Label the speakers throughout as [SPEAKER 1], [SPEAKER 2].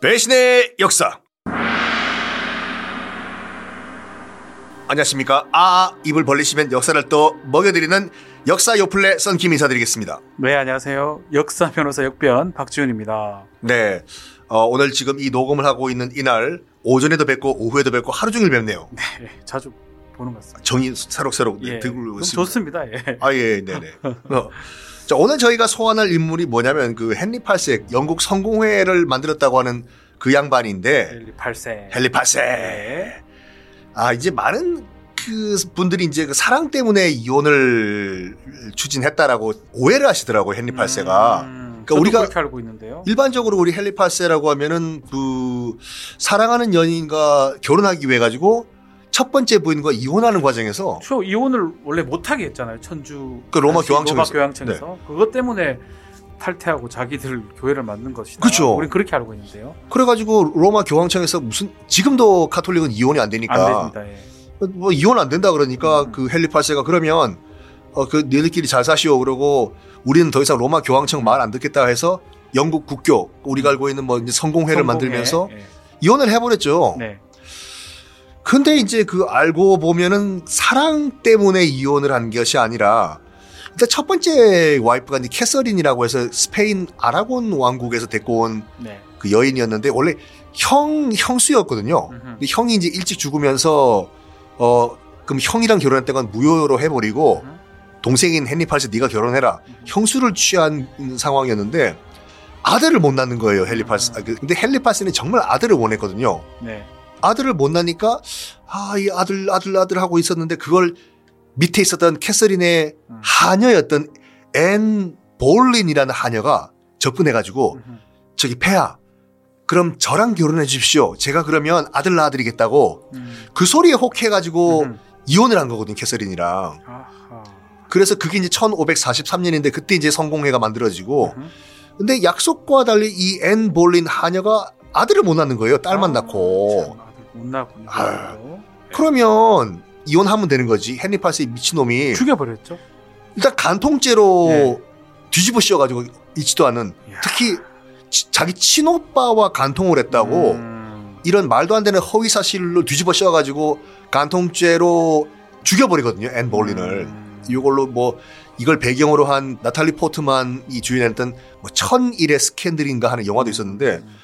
[SPEAKER 1] 배신의 역사. 안녕하십니까. 아, 입을 벌리시면 역사를 또 먹여드리는 역사 요플레 썬킴 인사드리겠습니다.
[SPEAKER 2] 네, 안녕하세요. 역사 변호사 역변 박지훈입니다.
[SPEAKER 1] 네. 어, 오늘 지금 이 녹음을 하고 있는 이날, 오전에도 뵙고, 오후에도 뵙고, 하루 종일 뵙네요.
[SPEAKER 2] 네, 자주 보는 것 같습니다.
[SPEAKER 1] 정이 새록새록
[SPEAKER 2] 예,
[SPEAKER 1] 네, 들고
[SPEAKER 2] 그럼
[SPEAKER 1] 있습니다.
[SPEAKER 2] 좋습니다. 예.
[SPEAKER 1] 아, 예, 네네. 어. 자, 오늘 저희가 소환할 인물이 뭐냐면, 그 헨리 팔색, 영국 성공회를 만들었다고 하는 그 양반인데,
[SPEAKER 2] 헨리 8세.
[SPEAKER 1] 헨리 팔색.
[SPEAKER 2] 네.
[SPEAKER 1] 아 이제 많은 그 분들이 이제 그 사랑 때문에 이혼을 추진했다라고 오해를 하시더라고 요 헨리 8세가
[SPEAKER 2] 음,
[SPEAKER 1] 그러니까
[SPEAKER 2] 저도
[SPEAKER 1] 우리가-
[SPEAKER 2] 그렇게 알고 있는데요.
[SPEAKER 1] 일반적으로 우리 헨리 8세라고 하면은 그 사랑하는 연인과 결혼하기 위해 가지고 첫 번째 부인과 이혼하는 과정에서
[SPEAKER 2] 초 이혼을 원래 못하게 했잖아요. 천주
[SPEAKER 1] 그 로마
[SPEAKER 2] 당시
[SPEAKER 1] 교황청에서. 네.
[SPEAKER 2] 로마 교황청에서 그것 때문에 탈퇴하고 자기들 교회를 만든 것이다.
[SPEAKER 1] 그쵸.
[SPEAKER 2] 우린 그렇게 알고 있는데요.
[SPEAKER 1] 그래가지고 로마 교황청에서 무슨 지금도 카톨릭은 이혼이 안
[SPEAKER 2] 안
[SPEAKER 1] 되니까
[SPEAKER 2] 됩니다. 예.
[SPEAKER 1] 뭐 이혼 안 된다 그러니까
[SPEAKER 2] 음.
[SPEAKER 1] 그 헨리 8세가 그러면 어그 너희들끼리 잘 사시오 그러고 우리는 더 이상 로마 교황청 말 안 듣겠다 해서 영국 국교 우리가 알고 있는 뭐 이제 성공회를
[SPEAKER 2] 음. 성공회.
[SPEAKER 1] 만들면서
[SPEAKER 2] 예.
[SPEAKER 1] 이혼을 해버렸죠.
[SPEAKER 2] 네.
[SPEAKER 1] 근데 이제 그 알고 보면은 사랑 때문에 이혼을 한 것이 아니라 일단 첫 번째 와이프가 이제 캐서린이라고 해서 스페인 아라곤 왕국에서 데리고
[SPEAKER 2] 네.
[SPEAKER 1] 온 그 여인이었는데 원래 형 형수였거든요.
[SPEAKER 2] 음흠.
[SPEAKER 1] 근데 형이 이제 일찍 죽으면서 어 그럼 형이랑 결혼했던 건 무효로 해버리고
[SPEAKER 2] 음.
[SPEAKER 1] 동생인 헨리 팔세 네가 결혼해라
[SPEAKER 2] 음.
[SPEAKER 1] 형수를 취한 상황이었는데 아들을 못 낳는 거예요 헨리 팔세.
[SPEAKER 2] 음.
[SPEAKER 1] 아, 그- 근데 헨리 팔세는 정말 아들을 원했거든요.
[SPEAKER 2] 네.
[SPEAKER 1] 아들을 못 낳으니까 아 이 아들 아들 아들 하고 있었는데 그걸 밑에 있었던 캐서린의
[SPEAKER 2] 음.
[SPEAKER 1] 하녀였던 앤 볼린이라는 하녀가 접근해가지고
[SPEAKER 2] 음흠.
[SPEAKER 1] 저기 폐하 그럼 저랑 결혼해 주십시오. 제가 그러면 아들 낳아드리겠다고
[SPEAKER 2] 음.
[SPEAKER 1] 그 소리에 혹해가지고
[SPEAKER 2] 음흠.
[SPEAKER 1] 이혼을 한 거거든요, 캐서린이랑.
[SPEAKER 2] 아하.
[SPEAKER 1] 그래서 그게 이제 1543년인데 그때 이제 성공회가 만들어지고.
[SPEAKER 2] 음흠.
[SPEAKER 1] 근데 약속과 달리 이 앤 볼린 하녀가 아들을 못 낳는 거예요, 딸만
[SPEAKER 2] 아, 네.
[SPEAKER 1] 낳고.
[SPEAKER 2] 참, 아들 못 낳군요.
[SPEAKER 1] 아유. 그러면 이혼하면 되는 거지. 헨리 팔세 미친놈이
[SPEAKER 2] 죽여버렸죠.
[SPEAKER 1] 일단 간통죄로
[SPEAKER 2] 네.
[SPEAKER 1] 뒤집어 씌워가지고 있지도 않은
[SPEAKER 2] 이야.
[SPEAKER 1] 특히 치- 자기 친오빠와 간통을 했다고
[SPEAKER 2] 음.
[SPEAKER 1] 이런 말도 안 되는 허위 사실로 뒤집어 씌워가지고 간통죄로 죽여버리거든요 앤 볼린을
[SPEAKER 2] 음.
[SPEAKER 1] 이걸로 뭐 이걸 배경으로 한 나탈리 포트만이 주연했던 뭐 천일의 스캔들인가 하는 영화도 있었는데
[SPEAKER 2] 음.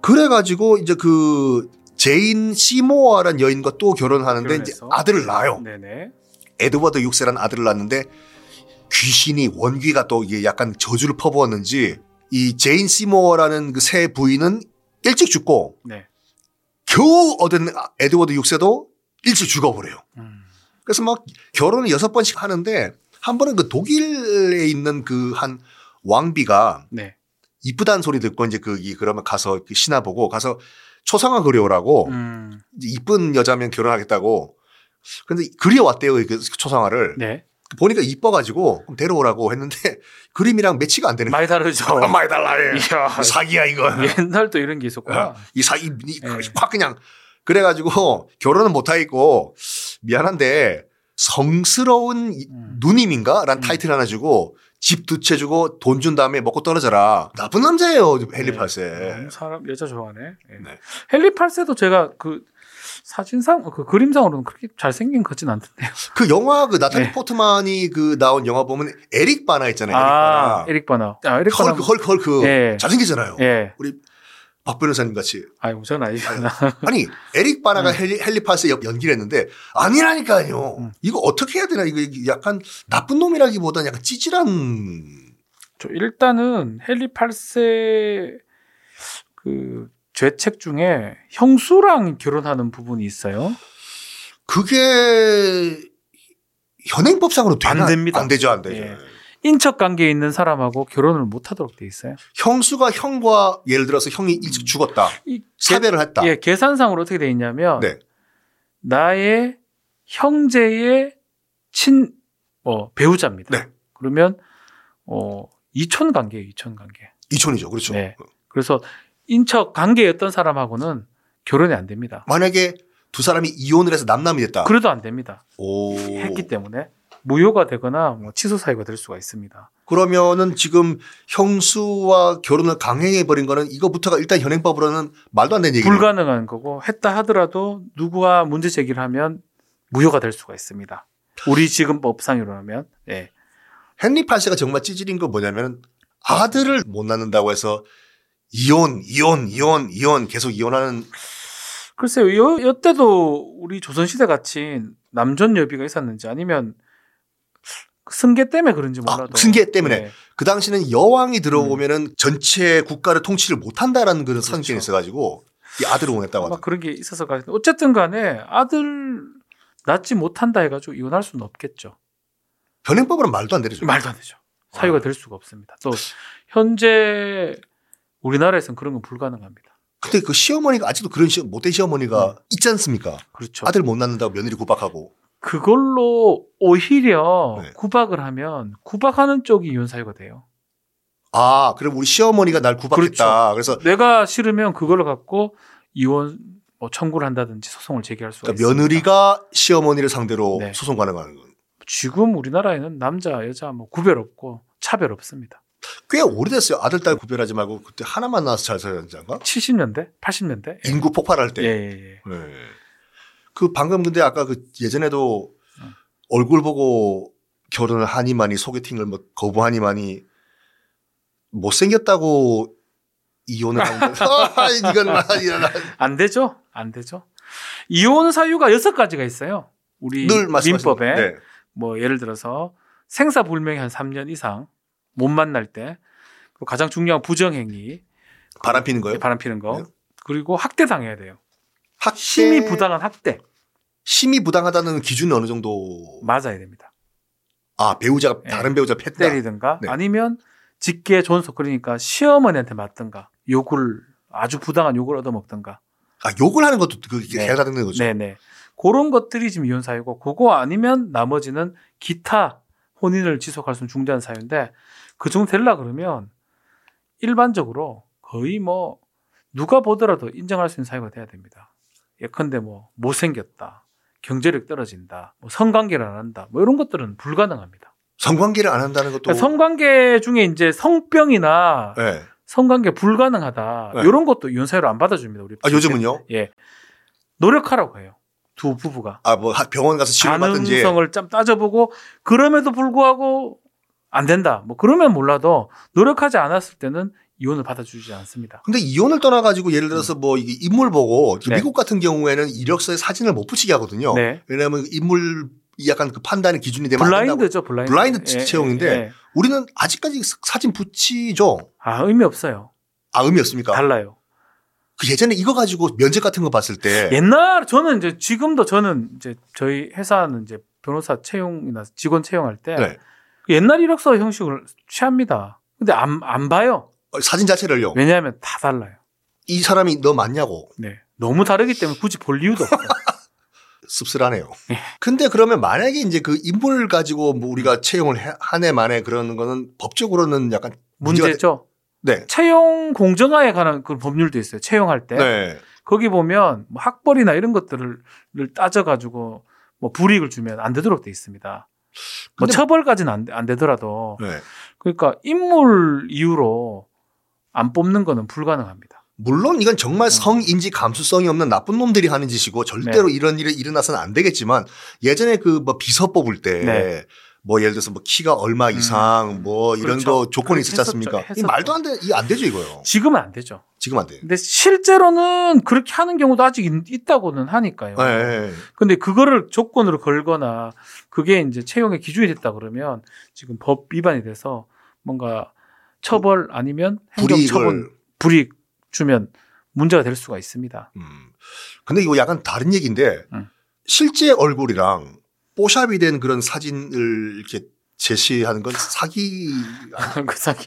[SPEAKER 1] 그래가지고 이제 그 제인 시모아라는 여인과 또 결혼하는데 이제
[SPEAKER 2] 결혼해서.
[SPEAKER 1] 아들을 낳아요
[SPEAKER 2] 네네.
[SPEAKER 1] 에드워드 6세라는 아들을 낳는데 귀신이 원귀가 또 이게 약간 저주를 퍼부었는지 이 제인 시모어라는 그 새 부인은 일찍 죽고
[SPEAKER 2] 네.
[SPEAKER 1] 겨우 얻은 아- 에드워드 6세도 일찍 죽어버려요.
[SPEAKER 2] 음.
[SPEAKER 1] 그래서 막 결혼을 여섯 번씩 하는데 한 번은 그 독일에 있는 그 한 왕비가
[SPEAKER 2] 네.
[SPEAKER 1] 이쁘다는 소리 듣고 이제 그이 그러면 가서 그 신하 보고 가서 초상화 그려오라고
[SPEAKER 2] 음.
[SPEAKER 1] 이제 이쁜 여자면 결혼하겠다고 근데 그려왔대요 그 초상화를
[SPEAKER 2] 네.
[SPEAKER 1] 보니까 이뻐가지고 그럼 데려오라고 했는데 그림이랑 매치가 안 되는
[SPEAKER 2] 많이 다르죠.
[SPEAKER 1] 거예요. 많이 달라. 예.
[SPEAKER 2] 이야.
[SPEAKER 1] 사기야 이건.
[SPEAKER 2] 옛날도 이런 게 있었구나.
[SPEAKER 1] 이 사기 이-
[SPEAKER 2] 예.
[SPEAKER 1] 확 그냥 그래가지고 결혼은 못하겠고 미안한데 성스러운 이-
[SPEAKER 2] 음.
[SPEAKER 1] 누님인가? 란
[SPEAKER 2] 음.
[SPEAKER 1] 타이틀 하나 주고 집 두 채 주고 돈 준 다음에 먹고 떨어져라. 나쁜 남자예요 헨리
[SPEAKER 2] 네.
[SPEAKER 1] 팔세.
[SPEAKER 2] 너무 사람 여자 좋아하네. 예.
[SPEAKER 1] 네.
[SPEAKER 2] 헨리 팔세도 제가 그 사진상 그 그림상으로는 그렇게 잘생긴 것 같진 않던데요.
[SPEAKER 1] 그 영화 그 나탈리
[SPEAKER 2] 네.
[SPEAKER 1] 포트만이 그 나온 영화 보면 에릭 바나 있잖아요. 네, 에릭
[SPEAKER 2] 아,
[SPEAKER 1] 바나.
[SPEAKER 2] 에릭 바나. 아, 에릭 바나.
[SPEAKER 1] 헐크 헐크 헐크.
[SPEAKER 2] 예.
[SPEAKER 1] 잘생기잖아요.
[SPEAKER 2] 예.
[SPEAKER 1] 박 변호사님 같이.
[SPEAKER 2] 아이고, 전 아니구나.
[SPEAKER 1] 아니 에릭 바나가
[SPEAKER 2] 음.
[SPEAKER 1] 헨리, 헨리 파스 옆 연기를 했는데 아니라니까요.
[SPEAKER 2] 음.
[SPEAKER 1] 이거 어떻게 해야 되나 이거 약간 나쁜 놈이라기보다는 약간 찌질한
[SPEAKER 2] 저 일단은 헨리 8세 그 죄책 중에 형수랑 결혼하는 부분이 있어요.
[SPEAKER 1] 그게 현행법상으로 되나?
[SPEAKER 2] 안 됩니다.
[SPEAKER 1] 안 되죠, 안 되죠.
[SPEAKER 2] 예. 인척 관계에 있는 사람하고 결혼을 못 하도록 돼 있어요.
[SPEAKER 1] 형수가 형과 예를 들어서 형이 일찍
[SPEAKER 2] 음.
[SPEAKER 1] 죽었다,
[SPEAKER 2] 이
[SPEAKER 1] 사별을 했다.
[SPEAKER 2] 예, 계산상으로 어떻게 돼 있냐면
[SPEAKER 1] 네.
[SPEAKER 2] 나의 형제의 친 어, 배우자입니다.
[SPEAKER 1] 네.
[SPEAKER 2] 그러면 어 이촌 관계예요, 이촌 관계.
[SPEAKER 1] 이촌이죠, 그렇죠.
[SPEAKER 2] 네. 그래서 인척 관계였던 사람하고는 결혼이 안 됩니다.
[SPEAKER 1] 만약에 두 사람이 이혼을 해서 남남이 됐다.
[SPEAKER 2] 그래도 안 됩니다.
[SPEAKER 1] 오.
[SPEAKER 2] 했기 때문에 무효가 되거나 뭐 취소 사유가 될 수가 있습니다.
[SPEAKER 1] 그러면은 지금 형수와 결혼을 강행해 버린 거는 이거부터가 일단 현행법으로는 말도 안 되는 얘기예요.
[SPEAKER 2] 불가능한 거고 했다 하더라도 누구와 문제 제기를 하면 무효가 될 수가 있습니다. 우리 지금 법상으로는 예.
[SPEAKER 1] 헨리 팔세가 정말 찌질인 건 뭐냐면 아들을 못 낳는다고 해서 이혼, 이혼, 이혼, 이혼 계속 이혼하는
[SPEAKER 2] 글쎄요, 요, 요 때도 우리 조선시대 같이 남전 여비가 있었는지 아니면 승계 때문에 그런지
[SPEAKER 1] 아,
[SPEAKER 2] 몰라도. 네.
[SPEAKER 1] 승계 때문에. 그 당시는 여왕이 들어오면은 전체 국가를 통치를 못한다라는 그런
[SPEAKER 2] 음. 그렇죠.
[SPEAKER 1] 선입견이 있어가지고 이 아들을 원했다고
[SPEAKER 2] 막
[SPEAKER 1] 하더라고요.
[SPEAKER 2] 그런 게 있어서 가 어쨌든 간에 아들 낳지 못한다 해가지고 이혼할 수는 없겠죠.
[SPEAKER 1] 변행법으로는 말도 안 되죠.
[SPEAKER 2] 말도 안 되죠. 사유가 될 수가 없습니다. 또 현재 우리나라에서는 그런 건 불가능합니다.
[SPEAKER 1] 근데 그 시어머니가 아직도 그런 시, 못된 시어머니가
[SPEAKER 2] 네.
[SPEAKER 1] 있지 않습니까?
[SPEAKER 2] 그렇죠.
[SPEAKER 1] 아들 못 낳는다고 며느리 구박하고
[SPEAKER 2] 그걸로 오히려
[SPEAKER 1] 네.
[SPEAKER 2] 구박을 하면 구박하는 쪽이 이혼 사유가 돼요.
[SPEAKER 1] 아 그럼 우리 시어머니가 날
[SPEAKER 2] 그렇죠.
[SPEAKER 1] 구박했다. 그래서
[SPEAKER 2] 내가 싫으면 그걸 갖고 이혼 뭐 청구를 한다든지 소송을 제기할 수가
[SPEAKER 1] 그러니까
[SPEAKER 2] 있습니다.
[SPEAKER 1] 며느리가 시어머니를 상대로
[SPEAKER 2] 네.
[SPEAKER 1] 소송 가능한 건.
[SPEAKER 2] 지금 우리나라에는 남자 여자 뭐 구별 없고 차별 없습니다.
[SPEAKER 1] 꽤 오래됐어요. 아들 딸 구별하지 말고 그때 하나만 낳아서 잘 살았는가?
[SPEAKER 2] 70년대, 80년대.
[SPEAKER 1] 인구 폭발할 때.
[SPEAKER 2] 예, 예, 예.
[SPEAKER 1] 네. 그 방금 근데 아까 그 예전에도
[SPEAKER 2] 음.
[SPEAKER 1] 얼굴 보고 결혼을 하니만이 소개팅을 뭐 거부하니만이 못생겼다고 이혼을 하는 거. 아, 이건 나, 이건 나.
[SPEAKER 2] 안 되죠? 안 되죠? 이혼 사유가 여섯 가지가 있어요. 우리
[SPEAKER 1] 늘 말씀하시는
[SPEAKER 2] 민법에
[SPEAKER 1] 네.
[SPEAKER 2] 뭐 예를 들어서 생사 불명이 한 3년 이상 못 만날 때 그리고 가장 중요한 부정행위
[SPEAKER 1] 바람 피는 거예요?
[SPEAKER 2] 바람 피는 거
[SPEAKER 1] 네.
[SPEAKER 2] 그리고 학대 당해야 돼요.
[SPEAKER 1] 학대-
[SPEAKER 2] 심히 부당한 학대
[SPEAKER 1] 심히 부당하다는 기준이 어느 정도
[SPEAKER 2] 맞아야 됩니다.
[SPEAKER 1] 아 배우자가
[SPEAKER 2] 네.
[SPEAKER 1] 다른 배우자 팼다.
[SPEAKER 2] 때리든가
[SPEAKER 1] 네.
[SPEAKER 2] 아니면 직계 존속 그러니까 시어머니한테 맞든가 욕을 아주 부당한 욕을 얻어먹든가
[SPEAKER 1] 아 욕을 하는 것도 그게
[SPEAKER 2] 네.
[SPEAKER 1] 해당되는 거죠.
[SPEAKER 2] 네네. 그런 것들이 지금 이혼 사유고 그거 아니면 나머지는 기타 혼인을 지속할 수 있는 중대한 사유인데 그 정도 되려 그러면 일반적으로 거의 뭐 누가 보더라도 인정할 수 있는 사유가 돼야 됩니다. 예컨대 뭐 못생겼다, 경제력 떨어진다, 뭐 성관계를 안 한다, 뭐 이런 것들은 불가능합니다.
[SPEAKER 1] 성관계를 안 한다는 것도
[SPEAKER 2] 그러니까 성관계 중에 이제 성병이나
[SPEAKER 1] 네.
[SPEAKER 2] 성관계 불가능하다
[SPEAKER 1] 네.
[SPEAKER 2] 이런 것도 이혼 사유로 안 받아줍니다. 우리 예.
[SPEAKER 1] 아 요즘은요?
[SPEAKER 2] 노력하라고 해요. 두 부부가.
[SPEAKER 1] 아 뭐 병원 가서 치료 받든지
[SPEAKER 2] 가능성을 좀 따져보고 그럼에도 불구하고 안 된다. 뭐 그러면 몰라도 노력하지 않았을 때는 이혼을 받아주지 않습니다.
[SPEAKER 1] 근데 이혼을 떠나가지고 예를 들어서 뭐 이게 인물 보고
[SPEAKER 2] 음. 네.
[SPEAKER 1] 미국 같은 경우에는 이력서에 사진을 못 붙이게 하거든요.
[SPEAKER 2] 네.
[SPEAKER 1] 왜냐하면 인물 약간 그 판단의 어, 기준이 되면 안 된다고.
[SPEAKER 2] 블라인드죠, 블라인드.
[SPEAKER 1] 블라인드 채용인데.
[SPEAKER 2] 예.
[SPEAKER 1] 우리는 아직까지 사- 사진 붙이죠.
[SPEAKER 2] 아 의미 없어요.
[SPEAKER 1] 아 의미 없습니까?
[SPEAKER 2] 달라요.
[SPEAKER 1] 그 예전에 이거 가지고 면접 같은 거 봤을
[SPEAKER 2] 예.
[SPEAKER 1] 때
[SPEAKER 2] 옛날 저는 이제 지금도 저는 이제 저희 회사는 이제 변호사 채용이나 직원 채용할 때
[SPEAKER 1] 네.
[SPEAKER 2] 옛날 이력서 형식을 취합니다. 근데 안 안 봐요.
[SPEAKER 1] 어, 사진 자체를요.
[SPEAKER 2] 왜냐하면 다 달라요.
[SPEAKER 1] 이 사람이 너 맞냐고
[SPEAKER 2] 네. 너무 다르기 때문에 굳이 볼 이유도 없어요.
[SPEAKER 1] 씁쓸하네요.
[SPEAKER 2] 예.
[SPEAKER 1] 근데 그러면 만약에 이제 그 인물 가지고 뭐 우리가 채용을 해- 한 해만에 그러는 거는 법적으로는 약간 문제가 되-
[SPEAKER 2] 문제죠.
[SPEAKER 1] 네.
[SPEAKER 2] 채용 공정화에 관한 그 법률도 있어요. 채용할 때
[SPEAKER 1] 네.
[SPEAKER 2] 거기 보면 뭐 학벌이나 이런 것들을 를 따져가지고 뭐 불이익을 주면 안 되도록 돼 있습니다. 뭐
[SPEAKER 1] 근데-
[SPEAKER 2] 처벌까지는 안, 되- 안 되더라도
[SPEAKER 1] 네.
[SPEAKER 2] 그러니까 인물 이유로 안 뽑는 거는 불가능합니다.
[SPEAKER 1] 물론 이건
[SPEAKER 2] 음.
[SPEAKER 1] 정말 성인지 감수성이 없는 나쁜 놈들이 하는 짓이고 절대로
[SPEAKER 2] 네.
[SPEAKER 1] 이런 일이 일어나서는 안 되겠지만 예전에 그 뭐 비서 뽑을 때 뭐
[SPEAKER 2] 네.
[SPEAKER 1] 예를 들어서 뭐 키가 얼마
[SPEAKER 2] 음.
[SPEAKER 1] 이상 뭐 이런
[SPEAKER 2] 그렇죠.
[SPEAKER 1] 거 조건이
[SPEAKER 2] 그렇게
[SPEAKER 1] 있었지 않습니까?
[SPEAKER 2] 했었죠.
[SPEAKER 1] 이 말도 안 돼. 이 안 되죠, 이거요.
[SPEAKER 2] 지금은 안 되죠.
[SPEAKER 1] 지금 안 돼.
[SPEAKER 2] 근데 실제로는 그렇게 하는 경우도 아직 있- 있다고는 하니까요.
[SPEAKER 1] 예. 예.
[SPEAKER 2] 근데 그거를 조건으로 걸거나 그게 이제 채용의 기준이 됐다 그러면 지금 법 위반이 돼서 뭔가 처벌 아니면 행정처분
[SPEAKER 1] 불이익을
[SPEAKER 2] 불이익 주면 문제가 될 수가 있습니다.
[SPEAKER 1] 음. 근데 이거 약간 다른 얘기인데
[SPEAKER 2] 음.
[SPEAKER 1] 실제 얼굴이랑 뽀샵이 된 그런 사진을 이렇게 제시하는 건 사기
[SPEAKER 2] 그 사기.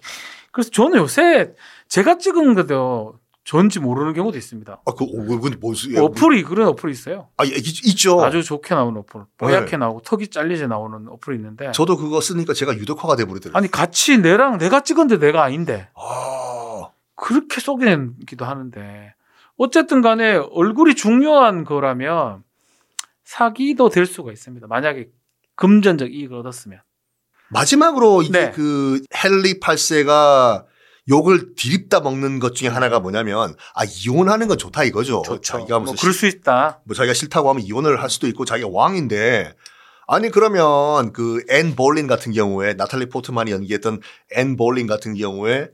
[SPEAKER 2] 그래서 저는 요새 제가 찍은 것도 전지 모르는 경우도 있습니다.
[SPEAKER 1] 아, 그, 어, 근데 무슨.
[SPEAKER 2] 어플이 그런 어플이 있어요.
[SPEAKER 1] 아, 예, 있- 있죠.
[SPEAKER 2] 아주 좋게 나오는 어플, 뽀얗게
[SPEAKER 1] 네.
[SPEAKER 2] 나오고 턱이 잘리지 나오는 어플이 있는데
[SPEAKER 1] 저도 그거 쓰니까 제가 유독화가 돼버리더라고요.
[SPEAKER 2] 네. 아니 같이 내랑 내가 찍었는데 내가 아닌데
[SPEAKER 1] 아,
[SPEAKER 2] 그렇게 속이기도 하는데 어쨌든 간에 얼굴이 중요한 거라면 사기도 될 수가 있습니다. 만약에 금전적 이익을 얻었으면.
[SPEAKER 1] 마지막으로 이게
[SPEAKER 2] 네.
[SPEAKER 1] 그 헨리 8세가 욕을 디립다 먹는 것 중에 하나가 뭐냐면 아 이혼하는 건 좋다 이거죠. 자기가
[SPEAKER 2] 뭐
[SPEAKER 1] 어, 무슨
[SPEAKER 2] 그럴 수 있다.
[SPEAKER 1] 뭐 자기가 싫다고 하면 이혼을 할 수도 있고 자기가 왕인데 아니 그러면 그 앤 볼린 같은 경우에 나탈리 포트만이 연기했던 앤 볼린 같은 경우에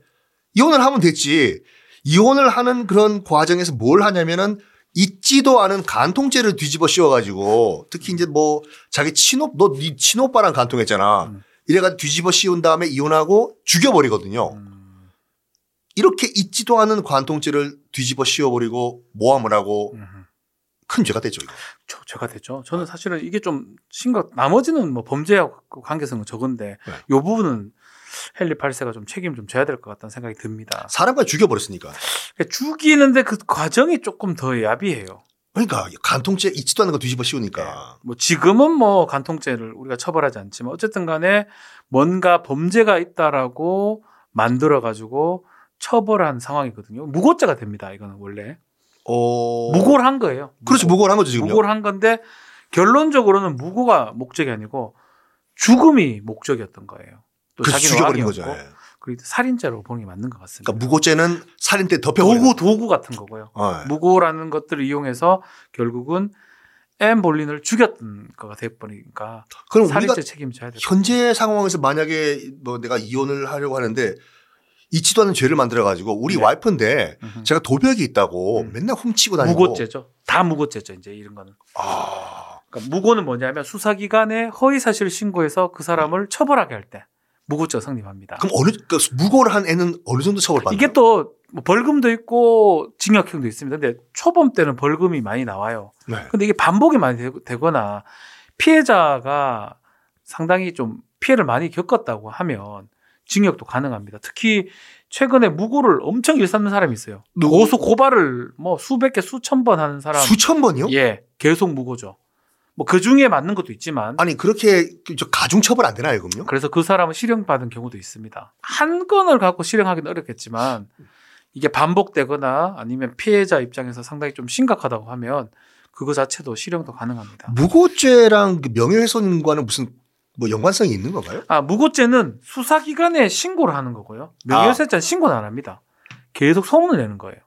[SPEAKER 1] 이혼을 하면 됐지 이혼을 하는 그런 과정에서 뭘 하냐면은 잊지도 않은 간통죄를 뒤집어 씌워가지고 특히 이제 뭐 자기 친오 너네 친오빠랑 간통했잖아
[SPEAKER 2] 음.
[SPEAKER 1] 이래가지고 뒤집어 씌운 다음에 이혼하고 죽여버리거든요
[SPEAKER 2] 음,
[SPEAKER 1] 이렇게 잊지도 않은 관통죄를 뒤집어 씌워버리고 모함을 하고
[SPEAKER 2] 음.
[SPEAKER 1] 큰 죄가 되죠 이거.
[SPEAKER 2] 저, 제가 되죠. 저는 사실은 이게 좀 심각, 나머지는 뭐 범죄하고 관계성은 적은데,
[SPEAKER 1] 네.
[SPEAKER 2] 요 부분은 헨리 8세가 좀 책임 좀 져야 될 것 같다는 생각이 듭니다.
[SPEAKER 1] 사람까지 죽여버렸으니까.
[SPEAKER 2] 그러니까 죽이는데 그 과정이 조금 더 야비해요.
[SPEAKER 1] 그러니까 간통죄 잊지도 않은 거 뒤집어 씌우니까.
[SPEAKER 2] 뭐 지금은 뭐 간통죄를 우리가 처벌하지 않지만 어쨌든 간에 뭔가 범죄가 있다라고 만들어 가지고 처벌한 상황이거든요. 무고죄가 됩니다. 이거는 원래
[SPEAKER 1] 어.
[SPEAKER 2] 무고를 한 거예요.
[SPEAKER 1] 그렇죠
[SPEAKER 2] 무고.
[SPEAKER 1] 무고를 한 거죠 지금요.
[SPEAKER 2] 무고를 한 건데 결론적으로는 무고가 목적이 아니고 죽음이 목적이었던 거예요. 또
[SPEAKER 1] 그래서
[SPEAKER 2] 자기는
[SPEAKER 1] 죽여버린
[SPEAKER 2] 왕이었고
[SPEAKER 1] 거죠. 예.
[SPEAKER 2] 그리고 살인죄로 보는 게 맞는 것 같습니다.
[SPEAKER 1] 그러니까 무고죄는 살인 때 덮여버린.
[SPEAKER 2] 도구 뭐 도구 같은 거고요.
[SPEAKER 1] 어, 예.
[SPEAKER 2] 무고라는 것들을 이용해서 결국은 앤 볼린을 죽였던 거가 돼버리니까
[SPEAKER 1] 그럼 우리가
[SPEAKER 2] 살인죄 책임져야 돼.
[SPEAKER 1] 현재 상황에서 만약에 뭐 내가 이혼을 하려고 하는데 잊지도 않은 죄를 만들어 가지고 우리
[SPEAKER 2] 네.
[SPEAKER 1] 와이프인데 제가 도벽이 있다고
[SPEAKER 2] 음.
[SPEAKER 1] 맨날 훔치고 다니고.
[SPEAKER 2] 무고죄죠. 다 무고죄죠. 이제 이런 거는.
[SPEAKER 1] 아.
[SPEAKER 2] 그러니까 무고는 뭐냐면 수사기관에 허위 사실을 신고해서 그 사람을 처벌하게 할 때 무고죄가 성립합니다.
[SPEAKER 1] 그럼 어느 그러니까 무고를 한 애는 어느 정도 처벌받나요?
[SPEAKER 2] 이게 또뭐 벌금도 있고 징역형도 있습니다. 근데 초범 때는 벌금이 많이 나와요.
[SPEAKER 1] 네.
[SPEAKER 2] 근데 이게 반복이 많이 되- 되거나 피해자가 상당히 좀 피해를 많이 겪었다고 하면 징역도 가능합니다. 특히 최근에 무고를 엄청 일삼는 사람이 있어요.
[SPEAKER 1] 누구?
[SPEAKER 2] 고소 고발을 뭐 수백 개 수천 번 하는 사람.
[SPEAKER 1] 수천 번이요?
[SPEAKER 2] 예, 계속 무고죠. 뭐 그 중에 맞는 것도 있지만
[SPEAKER 1] 아니 그렇게 그저 가중 처벌 안 되나요, 그럼요?
[SPEAKER 2] 그래서 그 사람은 실형받은 경우도 있습니다. 한 건을 갖고 실형하기는 어렵겠지만 이게 반복되거나 아니면 피해자 입장에서 상당히 좀 심각하다고 하면 그거 자체도 실형도 가능합니다.
[SPEAKER 1] 아. 무고죄랑 그 명예훼손과는 무슨 뭐 연관성이 있는 건가요?
[SPEAKER 2] 아, 무고죄는 수사기관에 신고를 하는 거고요. 명예훼손죄는 신고는 안 합니다. 계속 소문을 내는 거예요.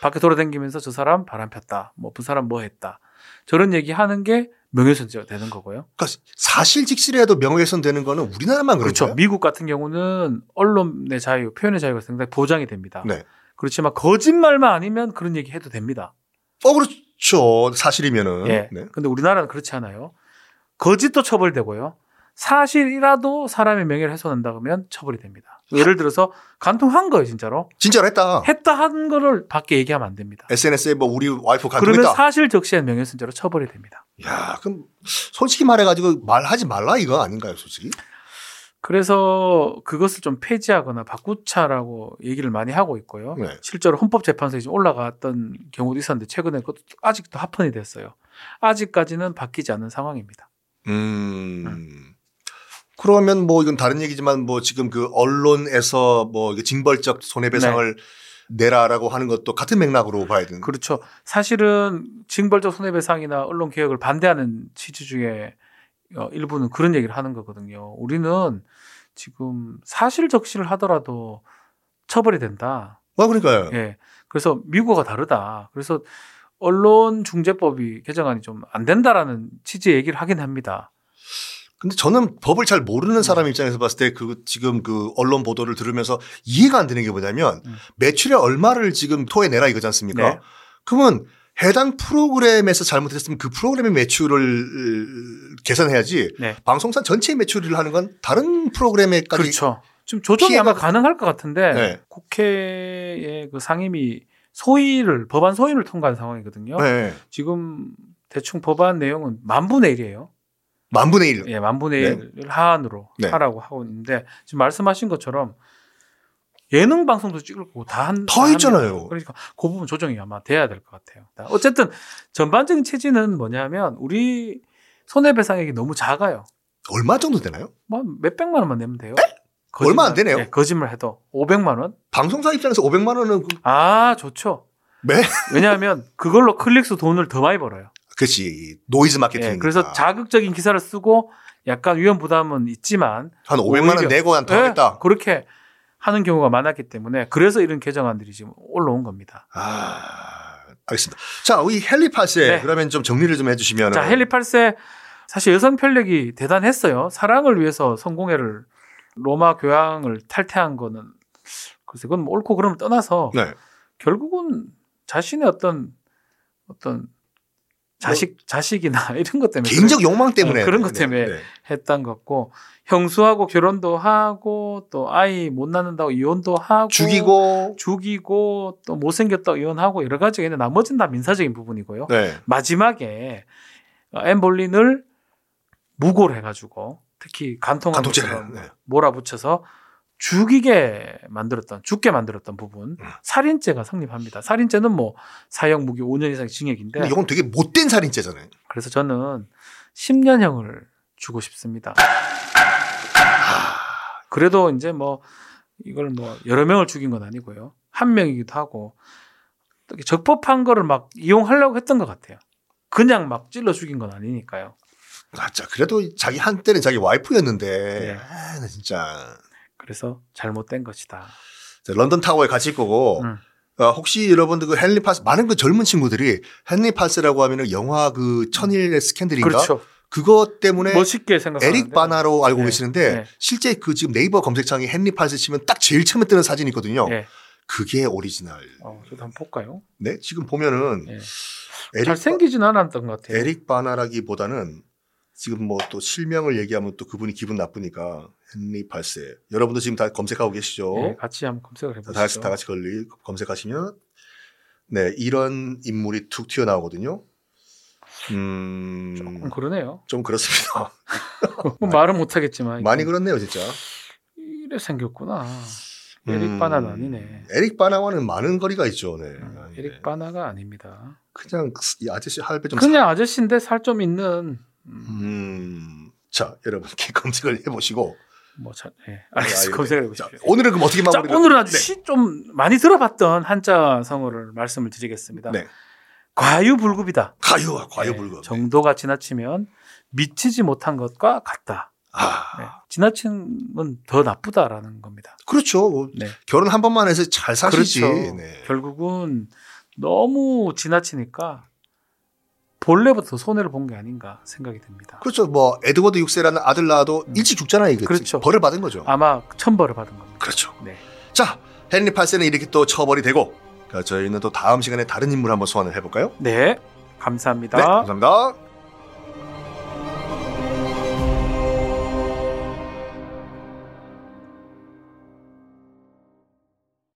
[SPEAKER 2] 밖에 돌아다니면서 저 사람 바람 폈다. 뭐, 그 사람 뭐 했다. 저런 얘기 하는 게 명예훼손죄가 되는 거고요.
[SPEAKER 1] 그러니까 사실 직실이라도 명예훼손 되는 거는 우리나라만 그런
[SPEAKER 2] 그렇죠.
[SPEAKER 1] 거예요.
[SPEAKER 2] 미국 같은 경우는 언론의 자유, 표현의 자유가 상당히 보장이 됩니다.
[SPEAKER 1] 네.
[SPEAKER 2] 그렇지만 거짓말만 아니면 그런 얘기 해도 됩니다.
[SPEAKER 1] 어 그렇죠. 사실이면은.
[SPEAKER 2] 예.
[SPEAKER 1] 네.
[SPEAKER 2] 근데 우리나라는 그렇지 않아요. 거짓도 처벌되고요. 사실이라도 사람의 명예를 훼손한다 그러면 처벌이 됩니다. 예를 들어서 간통한 거예요, 진짜로.
[SPEAKER 1] 진짜로 했다.
[SPEAKER 2] 했다 한 거를 밖에 얘기하면 안 됩니다.
[SPEAKER 1] SNS에 뭐 우리 와이프
[SPEAKER 2] 그러면
[SPEAKER 1] 간통했다.
[SPEAKER 2] 사실 적시한 명예훼손죄로 처벌이 됩니다.
[SPEAKER 1] 야, 그럼 솔직히 말해가지고 말하지 말라 이거 아닌가요, 솔직히?
[SPEAKER 2] 그래서 그것을 좀 폐지하거나 바꾸자라고 얘기를 많이 하고 있고요.
[SPEAKER 1] 네.
[SPEAKER 2] 실제로 헌법재판소에 지금 올라갔던 경우도 있었는데 최근에 그것도 아직도 합헌이 됐어요. 아직까지는 바뀌지 않은 상황입니다.
[SPEAKER 1] 음. 그러면 뭐 이건 다른 얘기지만 뭐 지금 그 언론에서 뭐 이게 징벌적 손해배상을 내라라고 하는 것도 같은 맥락으로 봐야 되는.
[SPEAKER 2] 네. 그렇죠. 사실은 징벌적 손해배상이나 언론 개혁을 반대하는 취지 중에 어, 일부는 그런 얘기를 하는 거거든요. 우리는 지금 사실 적시를 하더라도 처벌이 된다.
[SPEAKER 1] 아, 그러니까요.
[SPEAKER 2] 예. 그래서 미국과 다르다. 그래서 언론 중재법이 개정안이 좀 안 된다라는 취지의 얘기를 하긴 합니다.
[SPEAKER 1] 근데 저는 법을 잘
[SPEAKER 2] 음.
[SPEAKER 1] 모르는 사람 입장에서 봤을 때 그 지금 그 언론 보도를 들으면서 이해가 안 되는 게 뭐냐면
[SPEAKER 2] 음.
[SPEAKER 1] 매출에 얼마를 지금 토해내라 이거지 않습니까?
[SPEAKER 2] 네.
[SPEAKER 1] 그러면 해당 프로그램에서 잘못했으면 그 프로그램의 매출을 계산해야지
[SPEAKER 2] 네.
[SPEAKER 1] 방송사 전체 매출을 하는 건 다른 프로그램에까지
[SPEAKER 2] 그렇죠. 지금 조정이
[SPEAKER 1] 피해가-
[SPEAKER 2] 아마 가능할 것 같은데
[SPEAKER 1] 네.
[SPEAKER 2] 국회의 그 상임위 소위를 법안 소위를 통과한 상황이거든요.
[SPEAKER 1] 네.
[SPEAKER 2] 지금 대충 법안 내용은 만분의 일이에요.
[SPEAKER 1] 만분의 일.
[SPEAKER 2] 예, 만분의
[SPEAKER 1] 네.
[SPEAKER 2] 일을 하한으로
[SPEAKER 1] 네.
[SPEAKER 2] 하라고 하고 있는데 지금 말씀하신 것처럼 예능 방송도 찍을 거고 다한
[SPEAKER 1] 더 했잖아요.
[SPEAKER 2] 그러니까 그 부분 조정이 아마 돼야 될 것 같아요. 어쨌든 전반적인 체질은 뭐냐면 우리 손해배상액이 너무 작아요.
[SPEAKER 1] 얼마 정도 되나요?
[SPEAKER 2] 뭐몇 백만 원만 내면 돼요.
[SPEAKER 1] 얼마 안 되네요.
[SPEAKER 2] 예, 거짓말 해도 500만 원?
[SPEAKER 1] 방송사 입장에서 500만 원은 그-
[SPEAKER 2] 아 좋죠.
[SPEAKER 1] 네.
[SPEAKER 2] 왜냐하면 그걸로 클릭수 돈을 더 많이 벌어요. 네,
[SPEAKER 1] 그렇지 노이즈 마케팅이니까.
[SPEAKER 2] 예, 그래서 자극적인 기사를 쓰고 약간 위험 부담은 있지만
[SPEAKER 1] 한 500만 원
[SPEAKER 2] 오히려-
[SPEAKER 1] 내고 난더
[SPEAKER 2] 예,
[SPEAKER 1] 하겠다.
[SPEAKER 2] 그렇게 하는 경우가 많았기 때문에 그래서 이런 개정안들이 지금 올라온 겁니다.
[SPEAKER 1] 아, 알겠습니다. 자, 우리 헨리 팔세
[SPEAKER 2] 네.
[SPEAKER 1] 그러면 좀 정리를 좀 해주시면.
[SPEAKER 2] 자, 헨리 8세 사실 여성 편력이 대단했어요. 사랑을 위해서 성공회를 로마 교황을 탈퇴한 거는 글쎄 그건 뭐 옳고 그름을 떠나서
[SPEAKER 1] 네.
[SPEAKER 2] 결국은 자신의 어떤 어떤 자식 자식이나 이런 것
[SPEAKER 1] 뭐
[SPEAKER 2] 때문에
[SPEAKER 1] 개인적 욕망 때문에.
[SPEAKER 2] 어, 그런 것
[SPEAKER 1] 네,
[SPEAKER 2] 때문에.
[SPEAKER 1] 네.
[SPEAKER 2] 했던 것 같고 형수하고 결혼도 하고 또 아이 못 낳는다고 이혼도 하고
[SPEAKER 1] 죽이고.
[SPEAKER 2] 죽이고 또 못생겼다고 이혼하고 여러 가지가 있는데 나머지는 다 민사적인 부분이고요.
[SPEAKER 1] 네.
[SPEAKER 2] 마지막에 어, 엠볼린을 무고를 해가지고 특히 간통한
[SPEAKER 1] 간통죄를.
[SPEAKER 2] 것처럼
[SPEAKER 1] 네.
[SPEAKER 2] 몰아붙여서 죽이게 만들었던 죽게 만들었던 부분
[SPEAKER 1] 음.
[SPEAKER 2] 살인죄가 성립합니다. 살인죄는 뭐 사형 무기 5년 이상 징역인데
[SPEAKER 1] 근데 이건 되게 못된 살인죄잖아요.
[SPEAKER 2] 그래서 저는 10년형을 주고 싶습니다. 아, 그래도 이제 뭐 이걸 뭐 여러 명을 죽인 건 아니고요. 한 명이기도 하고 또 이렇게 적법한 거를 막 이용하려고 했던 것 같아요. 그냥 막 찔러 죽인 건 아니니까요.
[SPEAKER 1] 아, 자, 그래도 자기 한때는 자기 와이프였는데.
[SPEAKER 2] 네.
[SPEAKER 1] 아, 나 진짜.
[SPEAKER 2] 그래서 잘못된 것이다.
[SPEAKER 1] 자, 런던 타워에 갇힐 거고.
[SPEAKER 2] 음.
[SPEAKER 1] 어, 혹시 여러분들 그 헨리 파스 많은 그 젊은 친구들이 헨리 파스라고 하면은 영화 그 천일의 스캔들인가
[SPEAKER 2] 그렇죠. 뭐
[SPEAKER 1] 그것 때문에
[SPEAKER 2] 멋있게 생각하는데.
[SPEAKER 1] 에릭 바나로 알고
[SPEAKER 2] 네.
[SPEAKER 1] 계시는데
[SPEAKER 2] 네.
[SPEAKER 1] 실제 그 지금 네이버 검색창에 헨리 파스 치면 딱 제일 처음에 뜨는 사진이 있거든요.
[SPEAKER 2] 예.
[SPEAKER 1] 그게 오리지널.
[SPEAKER 2] 어, 저도 한번 볼까요?
[SPEAKER 1] 네, 지금 보면은
[SPEAKER 2] 예.
[SPEAKER 1] 에릭,
[SPEAKER 2] 잘 생기진 않았던 것
[SPEAKER 1] 바-
[SPEAKER 2] 같아요.
[SPEAKER 1] 에릭 바나라기보다는 지금 뭐 또 실명을 얘기하면 또 그분이 기분 나쁘니까 헨리 파스. 여러분도 지금 다 검색하고 계시죠?
[SPEAKER 2] 예, 같이 한번 검색을
[SPEAKER 1] 다 같이
[SPEAKER 2] 해보시죠.
[SPEAKER 1] 다 같이 걸리 검색하시면 네 이런 인물이 툭 튀어나오거든요.
[SPEAKER 2] 조금
[SPEAKER 1] 음,
[SPEAKER 2] 그러네요.
[SPEAKER 1] 좀 그렇습니다.
[SPEAKER 2] 뭐 말은 못하겠지만
[SPEAKER 1] 많이 그렇네요, 진짜.
[SPEAKER 2] 이래 생겼구나.
[SPEAKER 1] 음,
[SPEAKER 2] 에릭 바나는 아니네.
[SPEAKER 1] 에릭 바나와는 많은 거리가 있죠. 네.
[SPEAKER 2] 음,
[SPEAKER 1] 아니네.
[SPEAKER 2] 에릭 바나가 아닙니다.
[SPEAKER 1] 그냥 이 아저씨 할배 좀.
[SPEAKER 2] 그냥 아저씨인데 살 좀 있는
[SPEAKER 1] 사- 음. 자, 여러분 이렇게 검색을 해보시고
[SPEAKER 2] 뭐 참, 예.
[SPEAKER 1] 아,
[SPEAKER 2] 알겠습니다.
[SPEAKER 1] 예.
[SPEAKER 2] 검색해
[SPEAKER 1] 자,
[SPEAKER 2] 보십시오.
[SPEAKER 1] 오늘은 그럼 어떻게
[SPEAKER 2] 자,
[SPEAKER 1] 마무리를?
[SPEAKER 2] 오늘은 아주
[SPEAKER 1] 네.
[SPEAKER 2] 시- 좀 많이 들어봤던 한자 성어를 말씀을 드리겠습니다.
[SPEAKER 1] 네.
[SPEAKER 2] 과유불급이다.
[SPEAKER 1] 과유,
[SPEAKER 2] 예,
[SPEAKER 1] 과유불급.
[SPEAKER 2] 정도가 지나치면 미치지 못한 것과 같다.
[SPEAKER 1] 아,
[SPEAKER 2] 네. 지나치면 더 나쁘다라는 겁니다.
[SPEAKER 1] 그렇죠. 뭐
[SPEAKER 2] 네.
[SPEAKER 1] 결혼 한 번만 해서 잘 사시지.
[SPEAKER 2] 그렇죠.
[SPEAKER 1] 네.
[SPEAKER 2] 결국은 너무 지나치니까 본래부터 손해를 본 게 아닌가 생각이 듭니다.
[SPEAKER 1] 그렇죠. 뭐 에드워드 6세라는 아들 낳아도
[SPEAKER 2] 음.
[SPEAKER 1] 일찍 죽잖아요, 이거.
[SPEAKER 2] 그렇죠.
[SPEAKER 1] 벌을 받은 거죠.
[SPEAKER 2] 아마 천벌을 받은 겁니다.
[SPEAKER 1] 그렇죠.
[SPEAKER 2] 네.
[SPEAKER 1] 자, 헨리 팔세는 이렇게 또 처벌이 되고 그 그러니까 저희는 또 다음 시간에 다른 인물 한번 소환을 해볼까요?
[SPEAKER 2] 네,
[SPEAKER 1] 네,
[SPEAKER 2] 감사합니다.
[SPEAKER 1] 감사합니다.